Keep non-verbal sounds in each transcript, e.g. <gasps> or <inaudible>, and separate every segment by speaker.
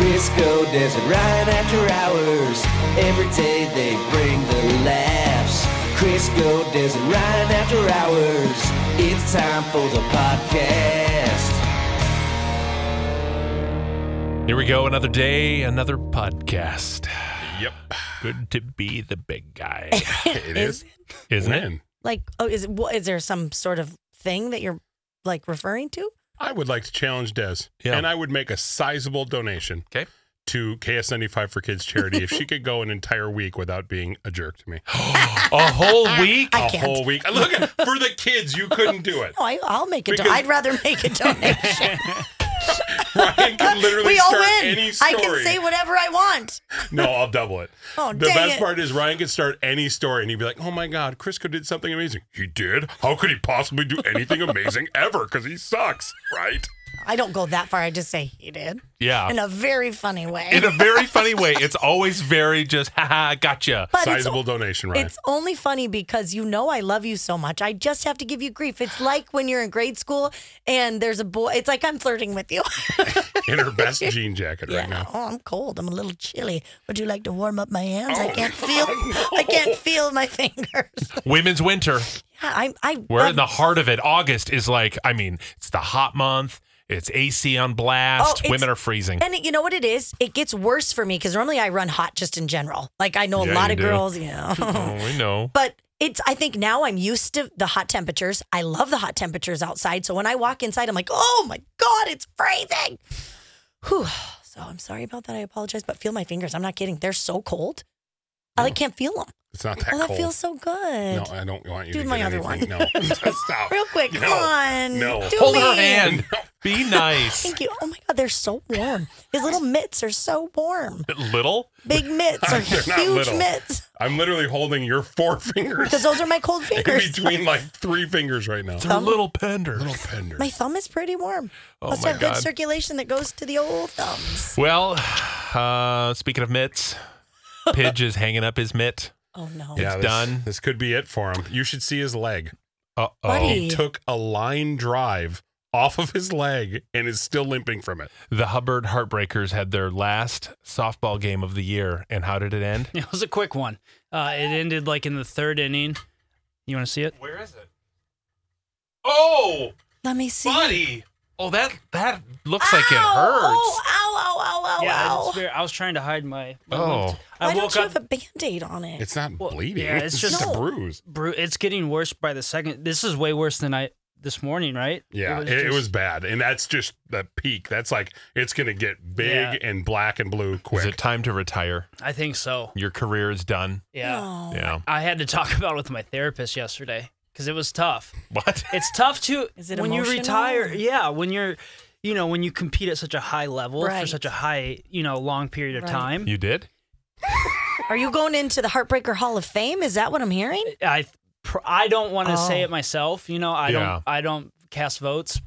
Speaker 1: Crisco Desert Ryan after hours. Every day they bring the laughs. Crisco Desert Ryan after hours. It's time for the podcast.
Speaker 2: Here we go. Another day, another podcast.
Speaker 3: Yep.
Speaker 2: Good to be the big guy,
Speaker 3: It
Speaker 4: Is
Speaker 3: is.
Speaker 2: isn't it?
Speaker 3: When?
Speaker 4: like oh is it wha- is there some sort of thing that you're like referring to?
Speaker 3: I would like to challenge Des.
Speaker 2: Yeah.
Speaker 3: And I would make a sizable donation
Speaker 2: Okay.
Speaker 3: to KS95 for Kids charity if she could go an entire week without being a jerk to me.
Speaker 2: A whole week.
Speaker 3: A
Speaker 4: <gasps> I can't.
Speaker 3: whole week. Look, at- for the kids, you couldn't do
Speaker 4: <laughs>
Speaker 3: it.
Speaker 4: No, I, I'll make a. Do-
Speaker 3: Because-
Speaker 4: I'd rather
Speaker 3: <laughs>
Speaker 4: make a donation.
Speaker 3: Ryan can literally
Speaker 4: we all
Speaker 3: start
Speaker 4: win.
Speaker 3: any
Speaker 4: I
Speaker 3: story.
Speaker 4: can say whatever I want.
Speaker 3: No, I'll double it.
Speaker 4: <laughs> Oh,
Speaker 3: the
Speaker 4: dang
Speaker 3: best
Speaker 4: it.
Speaker 3: part is Ryan could start any story and he'd be like, "Oh my God, Crisco did something amazing." He did. How could he possibly do anything amazing <laughs> ever? Because he sucks, right?
Speaker 4: I don't go that far. I just say he did
Speaker 2: Yeah.
Speaker 4: in a very funny way.
Speaker 2: In a very funny way. It's always very just, haha, gotcha.
Speaker 4: but it's,
Speaker 3: <laughs> Sizable donation, Ryan.
Speaker 4: it's only funny because you know I love you so much. I just have to give you grief. It's like when you're in grade school and there's a boy. It's like I'm flirting
Speaker 2: <laughs>
Speaker 4: with you.
Speaker 3: In
Speaker 4: <laughs>
Speaker 3: her best jean jacket right now.
Speaker 4: Oh, I'm cold. I'm a little chilly. Would you like to warm up my hands?
Speaker 3: Oh,
Speaker 4: I can't
Speaker 3: <laughs>
Speaker 4: feel. I can't feel my fingers. Yeah,
Speaker 2: Women's winter.
Speaker 4: I, I.
Speaker 2: We're in
Speaker 4: love-
Speaker 2: the heart of it. August is like, I mean, it's the hot month. It's AC on
Speaker 4: Oh,
Speaker 2: blast.
Speaker 4: it's-
Speaker 2: Women are freezing.
Speaker 4: And it, you know what it is? It gets worse for me because normally I run hot just in general. Like I know a
Speaker 2: Yeah,
Speaker 4: lot
Speaker 2: you
Speaker 4: of
Speaker 2: do.
Speaker 4: girls, you
Speaker 3: <laughs>
Speaker 4: know.
Speaker 2: oh, we know.
Speaker 4: but it's. I think now I'm used to the hot temperatures. I love the hot temperatures outside. So when I walk inside, I'm like, oh my god, it's freezing. Whew. So I'm sorry about that. I apologize, but feel my fingers. I'm not kidding. They're so cold. I like can't feel them.
Speaker 3: It's not Mm. that
Speaker 4: Oh,
Speaker 3: cold.
Speaker 4: that feels so good.
Speaker 3: no, I don't want you
Speaker 4: Do
Speaker 3: to
Speaker 4: my
Speaker 3: get
Speaker 4: other
Speaker 3: anything.
Speaker 4: one.
Speaker 3: <laughs> No, stop.
Speaker 4: Real quick,
Speaker 3: No.
Speaker 4: come on.
Speaker 3: No.
Speaker 4: Do
Speaker 2: Hold
Speaker 4: me.
Speaker 2: her hand. Be nice.
Speaker 3: <laughs>
Speaker 4: Thank you. Oh my God, they're so warm. His little mitts are so
Speaker 3: <laughs>
Speaker 4: warm.
Speaker 2: Little?
Speaker 4: Big mitts are
Speaker 3: They're not
Speaker 4: huge
Speaker 3: little.
Speaker 4: mitts
Speaker 3: <laughs> I'm literally holding your four <laughs> fingers
Speaker 4: because those are my
Speaker 2: <laughs>
Speaker 4: cold
Speaker 3: in
Speaker 4: fingers.
Speaker 3: between <laughs> like three fingers right now.
Speaker 2: They're little pender.
Speaker 3: Little fender.
Speaker 4: <laughs> My thumb is pretty warm.
Speaker 2: Oh
Speaker 4: Must
Speaker 2: my
Speaker 4: have
Speaker 2: God.
Speaker 4: good circulation that goes to the old thumbs.
Speaker 2: Well, uh, speaking of mitts, Pidge is hanging up his mitt.
Speaker 4: Oh no.
Speaker 2: Yeah.
Speaker 3: this,
Speaker 2: done.
Speaker 3: This could be it for him. You should see his leg.
Speaker 2: Uh oh.
Speaker 4: Buddy.
Speaker 3: He took a line drive off of his leg and is still limping from it.
Speaker 2: The Hubbard Heartbreakers had their last softball game of the year. And how did it end?
Speaker 5: <laughs> It was a quick one. Uh, it ended like in the third inning. You want to see it?
Speaker 2: Where is it? Oh,
Speaker 4: Let me see.
Speaker 2: buddy. Oh, that that
Speaker 4: Ow!
Speaker 2: looks like it hurts.
Speaker 4: Oh, ow, ow, ow, ow,
Speaker 5: yeah,
Speaker 4: ow.
Speaker 5: it's very- I was trying to hide my. my
Speaker 2: Oh.
Speaker 5: wounds. I
Speaker 4: Why
Speaker 5: woke
Speaker 4: don't you
Speaker 5: up.
Speaker 4: have a band aid on it?
Speaker 3: It's not
Speaker 5: Well,
Speaker 3: bleeding.
Speaker 5: yeah, it's
Speaker 3: just
Speaker 4: just-
Speaker 3: a bruise.
Speaker 5: bru- it's getting worse by the second. This is way worse than I this morning, right?
Speaker 3: Yeah, it was,
Speaker 5: just-
Speaker 3: bad. And that's just the peak. That's like it's going to get big
Speaker 5: Yeah.
Speaker 3: and black and blue quick.
Speaker 2: Is it time to retire?
Speaker 5: I think so.
Speaker 2: Your career is done.
Speaker 5: Yeah.
Speaker 4: No.
Speaker 2: Yeah.
Speaker 5: I had to talk <laughs> about it with my therapist yesterday because it was tough.
Speaker 2: What?
Speaker 5: It's tough to
Speaker 4: <laughs> Is it
Speaker 5: when you
Speaker 4: emotional?
Speaker 5: retire. Yeah, when you're, you know, when you compete at such a high level for
Speaker 4: Right.
Speaker 5: such a high, you know, long period of
Speaker 4: Right.
Speaker 5: time.
Speaker 2: You did?
Speaker 4: Are you going into the Heartbreaker Hall of Fame? Is that what I'm hearing?
Speaker 5: <laughs> I pr- I don't want to say
Speaker 4: Oh.
Speaker 5: it myself. You know, I
Speaker 2: Yeah.
Speaker 5: don't I don't cast votes.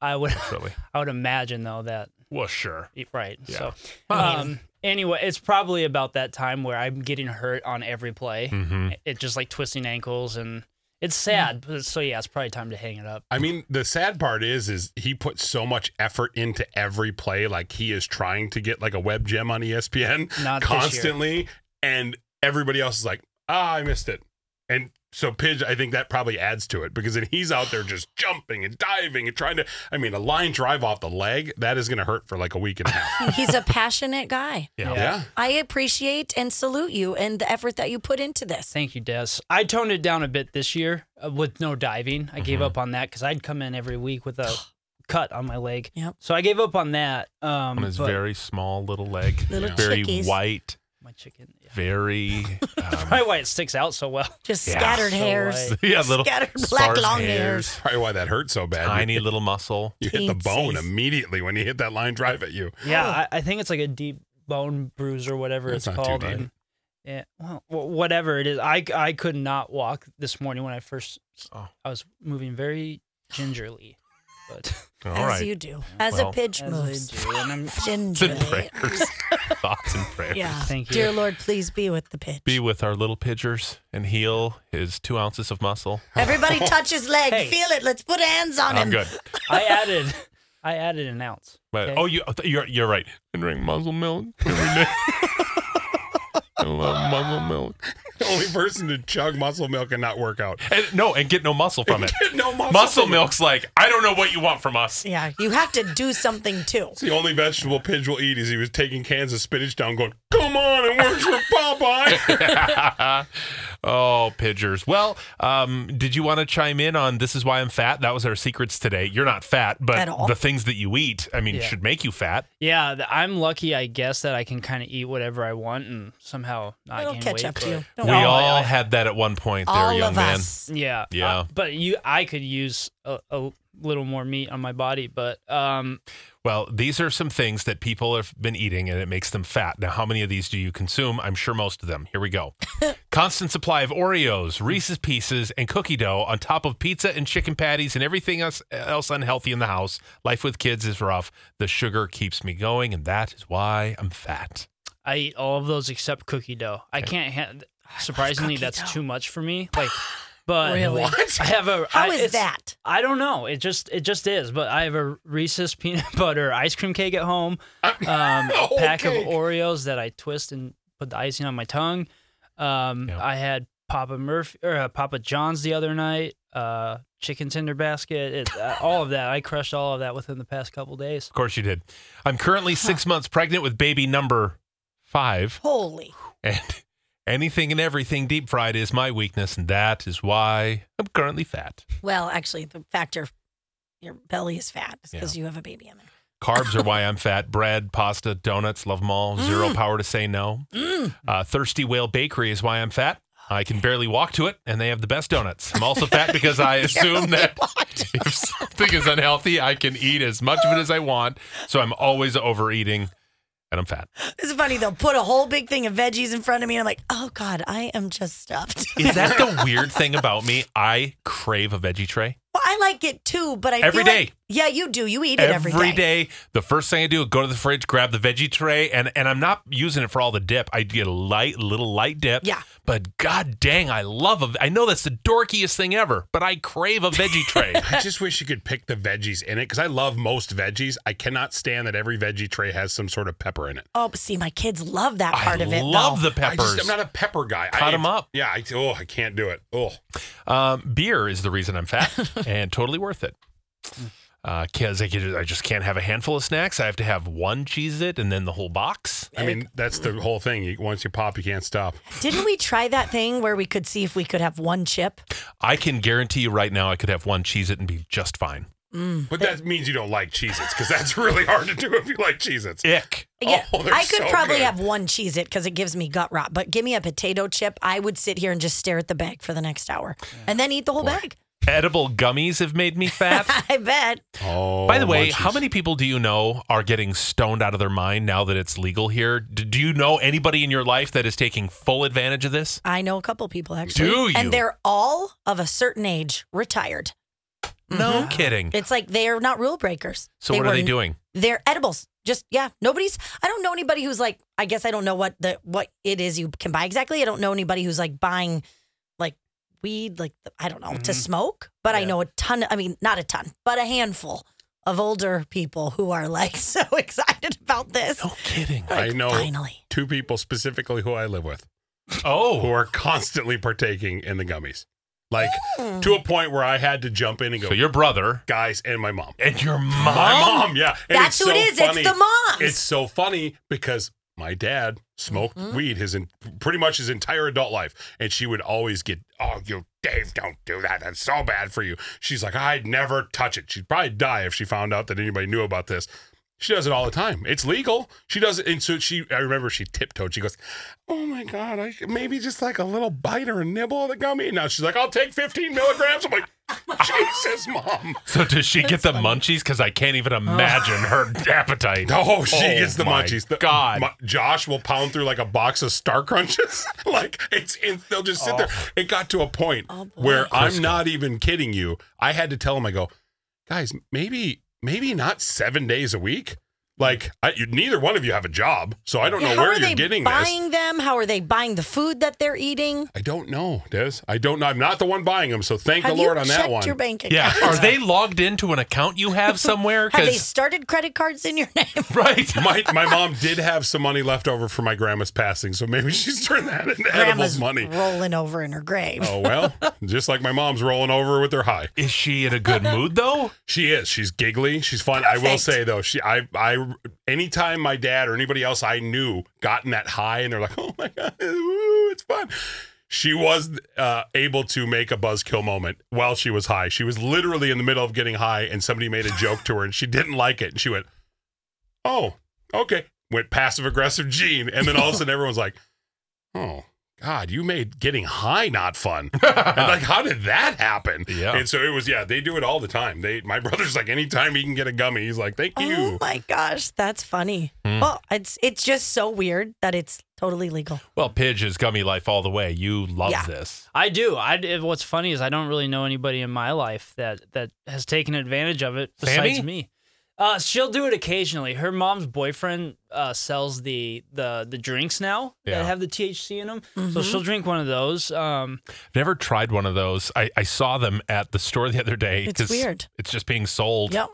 Speaker 5: I would
Speaker 2: Really?
Speaker 5: <laughs> I would imagine though that
Speaker 2: Well, sure.
Speaker 5: right.
Speaker 2: Yeah.
Speaker 5: So um anyway, it's probably about that time where I'm getting hurt on every play.
Speaker 2: Mm-hmm.
Speaker 5: It just like twisting ankles and it's sad. but- So yeah, it's probably time to hang it up.
Speaker 3: I mean, the sad part is, is he put so much effort into every play. Like he is trying to get like a web gem on E ESPN
Speaker 5: <laughs> Not this year.
Speaker 3: constantly, and everybody else is like, "Ah, I missed it." And so Pidge, I think that probably adds to it because then he's out there just jumping and diving and trying to. I mean, a line drive off the leg that is going to hurt for like a week and a half.
Speaker 4: He's a passionate guy.
Speaker 2: <laughs> Yeah.
Speaker 3: yeah,
Speaker 4: I appreciate and salute you and the effort that you put into this.
Speaker 5: Thank you, Des. I toned it down a bit this year uh, with no diving. I
Speaker 2: Mm-hmm.
Speaker 5: gave up on that because I'd come in every week
Speaker 4: <sighs>
Speaker 5: with a cut on my leg.
Speaker 4: Yep.
Speaker 5: So I gave up on that. Um,
Speaker 2: On his
Speaker 5: but-
Speaker 2: very small little leg.
Speaker 4: Little
Speaker 2: very
Speaker 4: chickies.
Speaker 2: white. <laughs>
Speaker 5: my chicken. Yeah.
Speaker 2: Very.
Speaker 4: <laughs>
Speaker 2: Um, <laughs>
Speaker 5: Probably why it sticks out so well.
Speaker 4: Just
Speaker 2: Yeah.
Speaker 4: scattered
Speaker 5: So
Speaker 4: hairs.
Speaker 5: light.
Speaker 2: yeah, little
Speaker 4: Scattered black
Speaker 2: sparse
Speaker 4: long
Speaker 2: hairs,
Speaker 3: Probably why that hurt so bad.
Speaker 2: tiny little muscle.
Speaker 3: You hit the bone
Speaker 4: Teensies.
Speaker 3: immediately when you hit that line drive at you.
Speaker 5: Yeah, I, I think it's like a deep bone bruise or whatever
Speaker 3: That's
Speaker 5: it's
Speaker 3: not too
Speaker 5: called.
Speaker 3: bad.
Speaker 5: and- yeah, well, wh- whatever it is, I I could not walk this morning when I first.
Speaker 2: Oh.
Speaker 5: I was moving very gingerly, but
Speaker 2: All
Speaker 4: As
Speaker 2: right.
Speaker 4: you do. As a
Speaker 2: Well,
Speaker 4: pitch
Speaker 5: as
Speaker 4: moves.
Speaker 5: I do, and I'm
Speaker 2: Thoughts and
Speaker 4: Gingerly.
Speaker 2: <laughs> prayers. <laughs> Thoughts and prayers.
Speaker 4: Yeah.
Speaker 5: Thank you.
Speaker 4: Dear Lord, please be with the pitch.
Speaker 2: Be with our little pidgers and heal his two ounces of muscle.
Speaker 4: <laughs> Everybody touch his leg.
Speaker 5: Hey.
Speaker 4: Feel it. Let's put hands on
Speaker 2: I'm
Speaker 4: him.
Speaker 2: good.
Speaker 5: I added, I added an ounce.
Speaker 2: But
Speaker 5: okay?
Speaker 2: oh, you you're you're right. And drink muzzle milk <laughs> every day. I love muzzle milk.
Speaker 3: The only person to chug muscle milk and not work out. <laughs>
Speaker 2: And, no, and get no muscle from
Speaker 4: <laughs>
Speaker 2: it.
Speaker 3: no muscle.
Speaker 2: Muscle
Speaker 3: milk.
Speaker 2: milk's like I don't know what you want from us.
Speaker 4: Yeah. You have to do something
Speaker 2: <laughs>
Speaker 4: too.
Speaker 3: It's the only vegetable Pidge will eat is he was taking cans of spinach down going, come on, it works for Popeye.
Speaker 2: oh, pidgers. Well, um, did you want to chime in on this is why I'm fat? That was our secrets today. You're not fat,
Speaker 4: At
Speaker 2: but
Speaker 4: all.
Speaker 2: the things that you eat, I mean,
Speaker 5: Yeah.
Speaker 2: should make you fat.
Speaker 5: Yeah, th- I'm lucky, I guess, that I can kind of eat whatever I want and somehow not
Speaker 4: It'll
Speaker 5: gain
Speaker 4: catch
Speaker 5: weight,
Speaker 4: up to
Speaker 5: but-
Speaker 4: you. <laughs> Don't
Speaker 2: we
Speaker 4: worry.
Speaker 5: yeah,
Speaker 2: all
Speaker 5: yeah.
Speaker 2: had that at one point there,
Speaker 4: All
Speaker 2: young
Speaker 4: of
Speaker 2: man.
Speaker 4: us.
Speaker 5: Yeah, uh,
Speaker 2: Yeah.
Speaker 5: but you, I could use a, a little more meat on my body, but um,
Speaker 2: Well, these are some things that people have been eating and it makes them fat. Now, how many of these do you consume? I'm sure most of them. Here we
Speaker 4: <laughs>
Speaker 2: go. Constant supply of Oreos, Reese's Pieces, and cookie dough on top of pizza and chicken patties and everything else, else unhealthy in the house. Life with kids is rough. The sugar keeps me going, and that is why I'm fat.
Speaker 5: I eat all of those except cookie dough. I can't. Ha- surprisingly,
Speaker 4: cookie
Speaker 5: that's
Speaker 4: dough.
Speaker 5: too much for
Speaker 4: <gasps>
Speaker 5: me. Like, but
Speaker 4: Really?
Speaker 5: <laughs> I have a.
Speaker 4: How is
Speaker 5: I- it's-
Speaker 4: that?
Speaker 5: I don't know. It just it just is. But I have a Reese's peanut <laughs> butter ice cream cake at home, um,
Speaker 4: <laughs> Oh,
Speaker 5: a
Speaker 3: whole
Speaker 5: pack
Speaker 3: cake.
Speaker 5: of Oreos that I twist and put the icing on my tongue. Um,
Speaker 2: Yeah.
Speaker 5: I had Papa Murphy or uh, Papa John's the other night. Uh, chicken tender basket. It, uh, all of that. I crushed all of that within the past couple days.
Speaker 2: Of course, you did. I'm currently six months pregnant with baby number five,
Speaker 4: Holy.
Speaker 2: and anything and everything deep fried is my weakness, and that is why I'm currently fat.
Speaker 4: Well, actually, the fact your your belly is fat is because you have a baby in there.
Speaker 2: Carbs are why I'm fat. Bread, pasta, donuts, love them all. Zero power to say no. Uh, Thirsty Whale Bakery is why I'm fat. I can barely walk to it, and they have the best donuts. I'm also fat because I assume
Speaker 4: <laughs>
Speaker 2: that if something is unhealthy, I can eat as much of it as I want. So I'm always overeating, and I'm fat.
Speaker 4: It's funny. They'll put a whole big thing of veggies in front of me, and I'm like, oh god, I am just stuffed.
Speaker 2: <laughs> Is that the weird thing about me? I crave a veggie tray
Speaker 4: well, I like it too, but I
Speaker 2: Every
Speaker 4: feel
Speaker 2: day.
Speaker 4: Like, yeah, you do. You eat it
Speaker 2: every day. The first thing I do, go to the fridge, grab the veggie tray, and and I'm not using it for all the dip. I get a light, little light dip.
Speaker 4: Yeah.
Speaker 2: But god dang, I love a I know that's the dorkiest thing ever, but I crave a veggie
Speaker 4: <laughs>
Speaker 2: tray.
Speaker 3: <laughs> I just wish you could pick the veggies in it because I love most veggies. I cannot stand that every veggie tray has some sort of pepper in it.
Speaker 4: Oh, but see, my kids love that
Speaker 2: I
Speaker 4: part of it.
Speaker 2: love
Speaker 4: though.
Speaker 2: the peppers.
Speaker 3: I just, I'm not a pepper guy.
Speaker 2: Cut
Speaker 3: I,
Speaker 2: 'em up.
Speaker 3: Yeah, I, oh, I can't do it. Oh,
Speaker 2: um, beer is the reason I'm
Speaker 4: <laughs>
Speaker 2: fat and totally worth it. Uh, cause I, could, I just can't have a handful of snacks. I have to have one cheese it and then the whole box.
Speaker 3: I mean, that's the whole thing. You, once you pop, you can't stop.
Speaker 4: Didn't we try that thing where we could see if we could have one chip?
Speaker 2: I can guarantee you right now, I could have one cheese it and be just fine.
Speaker 3: But that means you don't like Cheez Its because that's really hard to do if you like Cheez Its.
Speaker 2: Ick.
Speaker 4: Yeah,
Speaker 3: Oh, they're
Speaker 4: I could
Speaker 3: so
Speaker 4: probably
Speaker 3: good.
Speaker 4: have one cheese it because it gives me gut rot. But give me a potato chip, I would sit here and just stare at the bag for the next hour, and then eat the whole bag. <laughs>
Speaker 2: Edible gummies have made me fat.
Speaker 4: I bet.
Speaker 3: Oh,
Speaker 2: By the way,
Speaker 3: munchies.
Speaker 2: how many people do you know are getting stoned out of their mind now that it's legal here? D- Do you know anybody in your life that is taking full advantage of this?
Speaker 4: I know a couple people actually.
Speaker 2: Do you?
Speaker 4: And they're all of a certain age, retired. Mm-hmm.
Speaker 2: No kidding.
Speaker 4: It's like they're not rule breakers.
Speaker 2: So what are they
Speaker 4: were-
Speaker 2: doing?
Speaker 4: They're edibles. Just yeah, nobody's. I don't know anybody who's like. I guess I don't know what the what it is you can buy exactly. I don't know anybody who's like buying like weed, like I don't know to
Speaker 3: Mm-hmm.
Speaker 5: Mhm.
Speaker 4: smoke. But I
Speaker 5: Yeah.
Speaker 4: know a ton. I mean, not a ton, but a handful of older people who are like <laughs> so excited about this.
Speaker 2: No kidding.
Speaker 3: Oh, I know
Speaker 4: Finally,
Speaker 3: two people specifically who I live with. who
Speaker 2: Oh,
Speaker 3: are constantly partaking in the gummies. Like
Speaker 4: Mm.
Speaker 3: to a point where I had to jump in and go,
Speaker 2: so your brother
Speaker 3: guys and my mom.
Speaker 2: and your mom.
Speaker 3: My mom, yeah. And
Speaker 4: that's who it is.
Speaker 3: funny.
Speaker 4: It's the moms.
Speaker 3: It's so funny because my dad smoked weed his in, pretty much his entire adult life. And she would always get, oh, you, Dave, don't do that. That's so bad for you. She's like, I'd never touch it. She'd probably die if she found out that anybody knew about this. She does it all the time. It's legal. She does it. And so she, I remember she tiptoed. She goes, Oh my God, I maybe just like a little bite or a nibble of the gummy. And now she's like, I'll take 15 milligrams. I'm like, <laughs> Jesus, mom.
Speaker 2: So does she get the munchies? Because I can't even imagine her appetite.
Speaker 3: <laughs> Oh, she
Speaker 2: Oh
Speaker 3: gets the
Speaker 2: my
Speaker 3: munchies. The-
Speaker 2: God.
Speaker 3: Mu- Josh will pound through like a box of Star Crunches. <laughs> like it's, it, they'll just sit there.
Speaker 2: Oh.
Speaker 3: It got to a point
Speaker 4: Oh, boy.
Speaker 3: where I'm not even kidding you. I had to tell him, I go, guys, maybe, maybe not seven days a week. Like I, you, neither one of you have a job, so I don't
Speaker 4: Yeah,
Speaker 3: know
Speaker 4: how
Speaker 3: where
Speaker 4: are
Speaker 3: you're
Speaker 4: they
Speaker 3: getting this.
Speaker 4: buying them? How are they buying the food that they're eating?
Speaker 3: I don't know, Des. I don't know. I'm not the one buying them, so thank
Speaker 4: Have
Speaker 3: the Lord
Speaker 4: you
Speaker 3: on
Speaker 4: checked
Speaker 3: that one.
Speaker 4: your bank account?
Speaker 2: Yeah. Are they logged into an account you have somewhere?
Speaker 4: <laughs> Have they
Speaker 2: 'Cause-
Speaker 4: started credit cards in your <laughs> name?
Speaker 2: right.
Speaker 3: <laughs> my my mom did have some money left over for my grandma's passing, so maybe she's turned that into
Speaker 4: Grandma's
Speaker 3: edible money.
Speaker 4: rolling over in her <laughs> grave.
Speaker 3: Oh well, just like my mom's rolling over with her high.
Speaker 2: <laughs> Is she in a good mood
Speaker 4: <laughs>
Speaker 2: though?
Speaker 3: She is. She's giggly. She's fun. I will
Speaker 4: Perfect.
Speaker 3: say though, she I I anytime my dad or anybody else I knew gotten that high and they're like, <laughs> oh my god, ooh, it's fun. She was uh, able to make a buzzkill moment while she was high. She was literally in the middle of getting high, and somebody made a joke to her, and she didn't like it, and she went, "Oh, okay." Went passive aggressive Gene, and then all
Speaker 2: <laughs>
Speaker 3: of a sudden everyone's like, "Oh." God, you made getting high not
Speaker 2: <laughs>
Speaker 3: fun. and like, how did that happen?
Speaker 2: Yeah.
Speaker 3: And so it was, yeah, they do it all the time. They, my <laughs> brother's like, anytime he can get a gummy, he's like, thank you.
Speaker 4: Oh my gosh, that's funny.
Speaker 3: Hmm.
Speaker 4: Well, it's it's just so weird that it's totally legal.
Speaker 2: Well, Pidge is gummy life all the way. You love
Speaker 4: Yeah.
Speaker 2: this.
Speaker 5: I do. I d- what's funny is I don't really know anybody in my life that that has taken advantage of it besides
Speaker 2: Sammy?
Speaker 5: me. Uh, she'll do it occasionally. Her mom's boyfriend uh, sells the the the drinks now
Speaker 2: Yeah.
Speaker 5: that have the THC in them, so she'll drink one of those. Um,
Speaker 2: I've never tried one of those. I, I saw them at the store the other day.
Speaker 4: It's
Speaker 2: 'cause
Speaker 4: weird.
Speaker 2: It's just being sold
Speaker 4: Yep.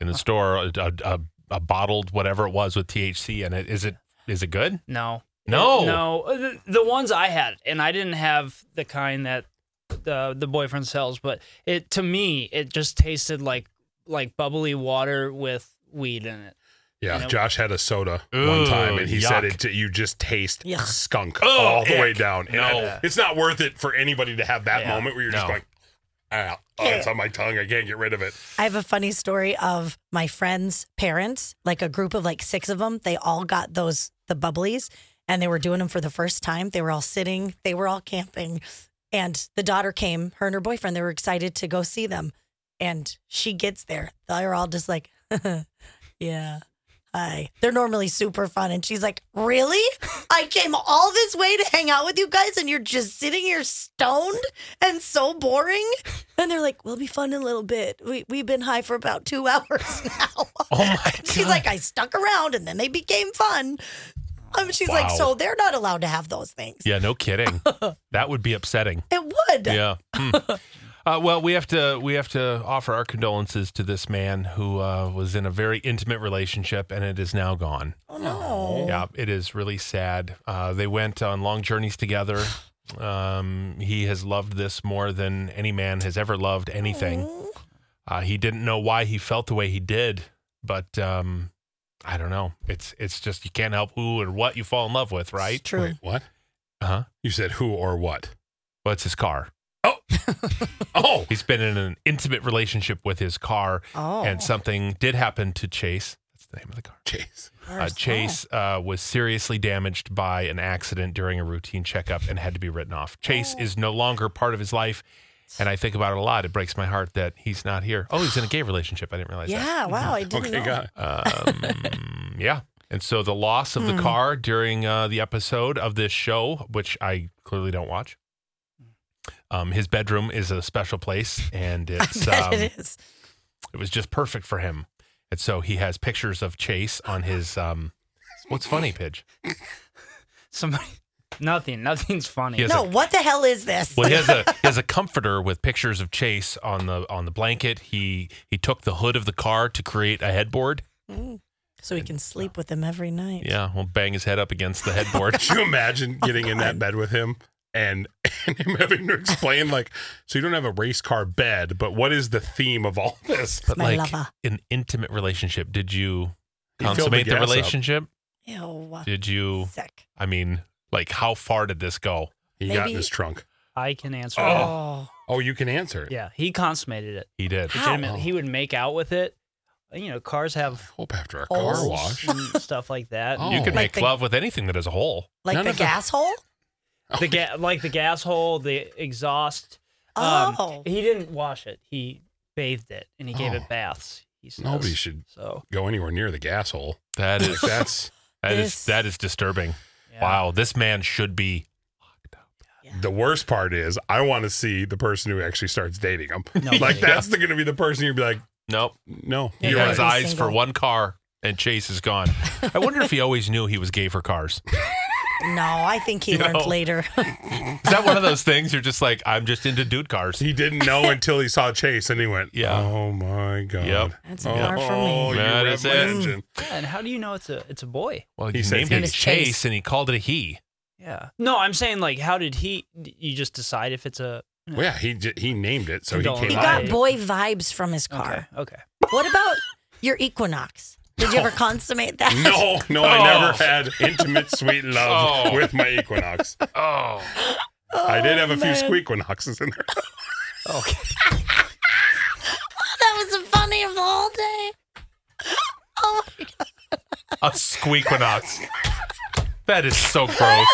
Speaker 2: in the store, a, a, a, a bottled whatever it was with THC in it. Is it is it
Speaker 4: <laughs>
Speaker 2: good?
Speaker 5: no,
Speaker 2: No.
Speaker 5: no. Uh, The, the ones I had, and I didn't have the kind that the the boyfriend sells, but it to me it just tasted like like bubbly water with weed in it.
Speaker 3: Yeah,
Speaker 5: know?
Speaker 3: Josh had a soda
Speaker 2: Ooh,
Speaker 3: one time, and he said
Speaker 2: yuck.
Speaker 3: it. You just taste
Speaker 4: Yuck.
Speaker 3: skunk
Speaker 2: Oh,
Speaker 3: all the way
Speaker 2: ick.
Speaker 3: down. And
Speaker 2: No.
Speaker 3: I- it's not worth it for anybody to have that
Speaker 5: Yeah.
Speaker 3: moment where you're just
Speaker 2: No.
Speaker 3: going, ah, oh, it's on my tongue. I can't get rid of it.
Speaker 4: I have a funny story of my friends' parents, like a group of like six of them. They all got those, the bubblies, and they were doing them for the first time. They were all sitting, they were all camping. And the daughter came, her and her boyfriend, they were excited to go see them. And she gets there. They're all just like, <laughs> yeah. Hi. They're normally super fun. And she's like, Really? I came all this way to hang out with you guys and you're just sitting here stoned and so boring? And they're like, We'll be fun in a little bit. We we've been high for about two <laughs> hours now.
Speaker 2: Oh my god.
Speaker 4: <laughs> she's like, I stuck around and then they became fun. Um, she's like,
Speaker 2: Wow.
Speaker 4: So they're not allowed to have those things.
Speaker 2: Yeah, no
Speaker 4: <laughs>
Speaker 2: kidding. that would be upsetting.
Speaker 4: It would.
Speaker 2: Yeah. Hmm. Uh, well, we have to we have to offer our condolences to this man who uh, was in a very intimate relationship and it is now gone.
Speaker 4: Oh no.
Speaker 2: Yeah, it is really sad. Uh, they went on long journeys together. Um, he has loved this more than any man has ever loved anything.
Speaker 4: Mm.
Speaker 2: Uh, he didn't know why he felt the way he did, but um, I don't know. It's it's just you can't help who or what you fall in love with, right?
Speaker 4: It's true.
Speaker 3: Wait, what?
Speaker 2: Uh huh.
Speaker 3: You said who or what?
Speaker 2: <laughs> Well, it's his car.
Speaker 3: Oh,
Speaker 2: He's been in an intimate relationship with his car,
Speaker 4: Oh.
Speaker 2: and something did happen to Chase. That's the name of the car.
Speaker 3: jeez.
Speaker 2: Uh, Chase uh, was seriously damaged by an accident during a routine checkup and had to be written off. Chase
Speaker 4: Oh.
Speaker 2: is no longer part of his life, and I think about it a lot. It breaks my heart that he's not here. Oh, he's in a
Speaker 4: <gasps>
Speaker 2: gay relationship. I didn't realize that.
Speaker 4: Yeah. Wow. I didn't
Speaker 3: Okay,
Speaker 4: know.
Speaker 3: God.
Speaker 2: Um, yeah. And so the loss
Speaker 4: Hmm.
Speaker 2: of the car during uh, the episode of this show, which I clearly don't watch. Um, his bedroom is a special place,
Speaker 4: <laughs>
Speaker 2: and it's
Speaker 4: Bet
Speaker 2: um,
Speaker 4: it is.
Speaker 2: it was just perfect for him. And so he has pictures of Chase on his. Um, what's funny, Pidge?
Speaker 5: Somebody, <laughs> nothing, nothing's funny.
Speaker 2: He has
Speaker 4: No,
Speaker 2: a-
Speaker 4: what the hell is this? <laughs>
Speaker 2: Well, he has a he has a comforter with pictures of Chase on the on the blanket. He he took the hood of the car to create a headboard.
Speaker 4: Mm. So we can sleep with them every night.
Speaker 2: Yeah, we'll bang his head up against the headboard.
Speaker 4: <laughs>
Speaker 3: Could you imagine getting in that bed with him and, <laughs> and him having to explain like, so you don't have a race car bed, but what is the theme of all this?
Speaker 2: But
Speaker 4: My
Speaker 2: like
Speaker 4: lover.
Speaker 2: an intimate relationship, did you
Speaker 3: He filled the
Speaker 2: consummate the,
Speaker 3: gas up.
Speaker 2: relationship?
Speaker 4: Ew.
Speaker 2: Did you?
Speaker 4: Sick.
Speaker 2: I mean, like how far did this go?
Speaker 3: He got in
Speaker 4: Maybe-
Speaker 3: his trunk.
Speaker 5: I can answer.
Speaker 3: Oh.
Speaker 5: that.
Speaker 4: Oh.
Speaker 3: Oh, you can answer it.
Speaker 5: Yeah, he consummated it.
Speaker 2: He did.
Speaker 4: How?
Speaker 5: Legitimate. He would make out with it. you know, cars have
Speaker 3: Hope after a
Speaker 4: Holes.
Speaker 3: car wash.
Speaker 5: and stuff like that.
Speaker 3: Oh.
Speaker 2: You could make
Speaker 4: Like the-
Speaker 2: love with anything that is a hole.
Speaker 4: Like
Speaker 3: None
Speaker 4: the
Speaker 3: of the-
Speaker 4: gas hole?
Speaker 5: The ga- like the gas hole, the exhaust. Um,
Speaker 4: Oh.
Speaker 5: he didn't wash it. He bathed it and he gave
Speaker 3: Oh.
Speaker 5: it baths. He says.
Speaker 3: Nobody should
Speaker 5: So
Speaker 3: go anywhere near the gas hole.
Speaker 2: That
Speaker 4: <laughs>
Speaker 3: Like
Speaker 2: is
Speaker 3: that's <laughs>
Speaker 2: that
Speaker 4: This-
Speaker 2: is that is disturbing.
Speaker 5: yeah.
Speaker 2: Wow, this man should be.
Speaker 3: the worst part is I want to see the person who actually starts dating him.
Speaker 5: No,
Speaker 3: <laughs> like
Speaker 5: yeah.
Speaker 3: that's the, gonna be the person you'd be like,
Speaker 2: Nope,
Speaker 3: no,
Speaker 4: Yeah,
Speaker 2: he
Speaker 3: you're
Speaker 2: got
Speaker 4: yeah.
Speaker 3: right.
Speaker 2: his
Speaker 4: He's
Speaker 2: eyes
Speaker 4: single.
Speaker 2: for one car, and Chase is
Speaker 4: <laughs>
Speaker 2: gone. I wonder if he always knew he was gay for cars.
Speaker 4: No, I think he
Speaker 2: You
Speaker 4: learned
Speaker 2: know.
Speaker 4: later. <laughs>
Speaker 2: Is that one of those things you're just like, I'm just into dude cars?
Speaker 3: He didn't know until he saw Chase, and he went,
Speaker 2: Yeah.
Speaker 3: oh my god,
Speaker 2: Yep.
Speaker 4: That's
Speaker 3: oh,
Speaker 4: far from me.
Speaker 3: you
Speaker 2: That
Speaker 3: revved
Speaker 2: is
Speaker 3: my
Speaker 2: it.
Speaker 3: engine.
Speaker 5: Yeah, and how do you know it's a it's a boy?
Speaker 2: Well,
Speaker 3: He
Speaker 2: he,
Speaker 3: said
Speaker 2: named
Speaker 3: his
Speaker 2: him
Speaker 4: name is
Speaker 2: Chase,
Speaker 4: Chase.
Speaker 2: and he called it a he.
Speaker 5: Yeah. No, I'm saying like how did he? You just decide if it's a
Speaker 3: Well, yeah, he j- he named it, so he
Speaker 5: Condolence.
Speaker 3: came
Speaker 4: He
Speaker 5: Wow.
Speaker 3: out.
Speaker 4: got boy vibes from his
Speaker 5: okay.
Speaker 4: car.
Speaker 5: Okay.
Speaker 4: What about your Equinox? Did you ever consummate that?
Speaker 3: No, no,
Speaker 2: Oh.
Speaker 3: I never had intimate, sweet love
Speaker 2: <laughs> Oh.
Speaker 3: with my Equinox.
Speaker 2: <laughs> Oh,
Speaker 3: I did have a few
Speaker 4: Oh, man.
Speaker 3: Squeakquinoxes
Speaker 4: <laughs>
Speaker 3: in there.
Speaker 5: Okay.
Speaker 4: <laughs> That was the funny of the whole day. Oh, my God.
Speaker 2: a squeakinox. that is so gross.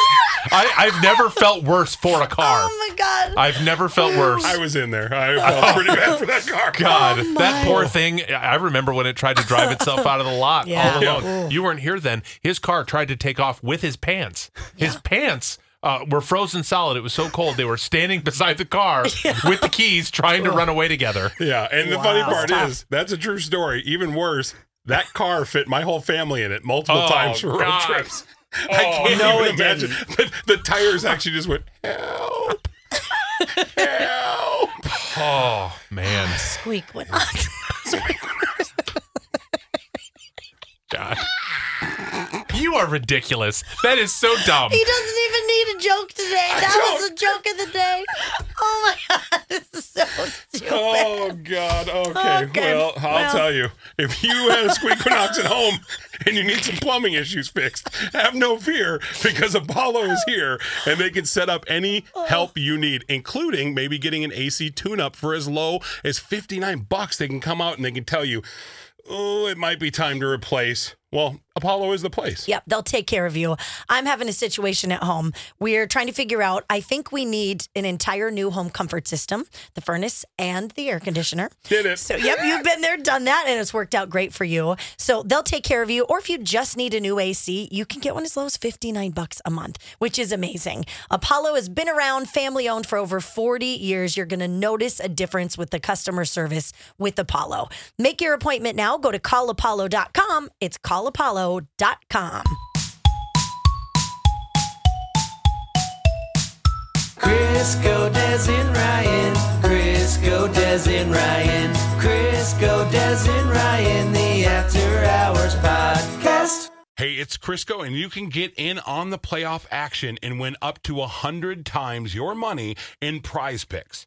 Speaker 2: I, I've never felt worse for a car.
Speaker 4: Oh my God.
Speaker 2: I've never felt worse.
Speaker 3: I was in there. I felt pretty bad for that car.
Speaker 2: <laughs> God,
Speaker 4: Oh my.
Speaker 2: that poor thing. I remember when it tried to drive itself out of the lot
Speaker 4: <laughs> Yeah.
Speaker 2: all alone. You weren't here then. His car tried to take off with his pants. His pants uh, were frozen solid. It was so cold. They were standing beside the
Speaker 4: <laughs>
Speaker 2: car with the keys trying to run away together.
Speaker 3: <laughs> Yeah, and the funny
Speaker 4: Wow.
Speaker 3: part
Speaker 4: Tough.
Speaker 3: is that's a true story. Even worse, that car fit my whole family in it multiple
Speaker 2: Oh,
Speaker 3: times for road
Speaker 2: God. Oh,
Speaker 3: trips. I can't
Speaker 5: no,
Speaker 3: even
Speaker 5: it
Speaker 3: imagine. <laughs> The, the tires actually just went help, help.
Speaker 2: Oh, man.
Speaker 4: Squeakwinox. <laughs>
Speaker 2: God. You are ridiculous. That is so
Speaker 4: <laughs>
Speaker 2: dumb.
Speaker 4: he doesn't even need a joke today. That was the joke of the day. Oh my <laughs> God. This is so <laughs> stupid.
Speaker 3: Oh God. Okay.
Speaker 4: Okay,
Speaker 3: Well, I'll
Speaker 4: well.
Speaker 3: tell you. If you have squeakwinox at home and you need some plumbing issues fixed, have no fear because Apollo is here and they can set up any help you need, including maybe getting an AC tune-up for as low as fifty-nine bucks. They can come out and they can tell you, oh, it might be time to replace. Well, Apollo is the place.
Speaker 4: Yep, they'll take care of you. I'm having a situation at home. We're trying to figure out, I think we need an entire new home comfort system the furnace and the air conditioner.
Speaker 3: Did it.
Speaker 4: So, yep, you've been there, done that, and it's worked out great for you. So, they'll take care of you. Or if you just need a new AC, you can get one as low as 59 bucks a month, which is amazing. Apollo has been around, family owned for over 40 years. You're going to notice a difference with the customer service with Apollo. Make your appointment now. Go to callapollo.com. It's callapollo.com.
Speaker 1: Crisco doesn't Ryan. Crisco doesn't Ryan. Crisco doesn't Ryan. The After Hours Podcast.
Speaker 3: Hey, it's Crisco, and you can get in on the playoff action and win up to 100 times your money in prize picks.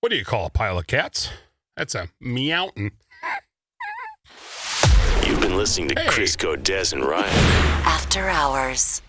Speaker 3: What do you call a pile of cats? That's a meowtin'.
Speaker 6: You've been listening to
Speaker 3: Hey.
Speaker 6: Crisco, Des, and Ryan.
Speaker 7: After hours.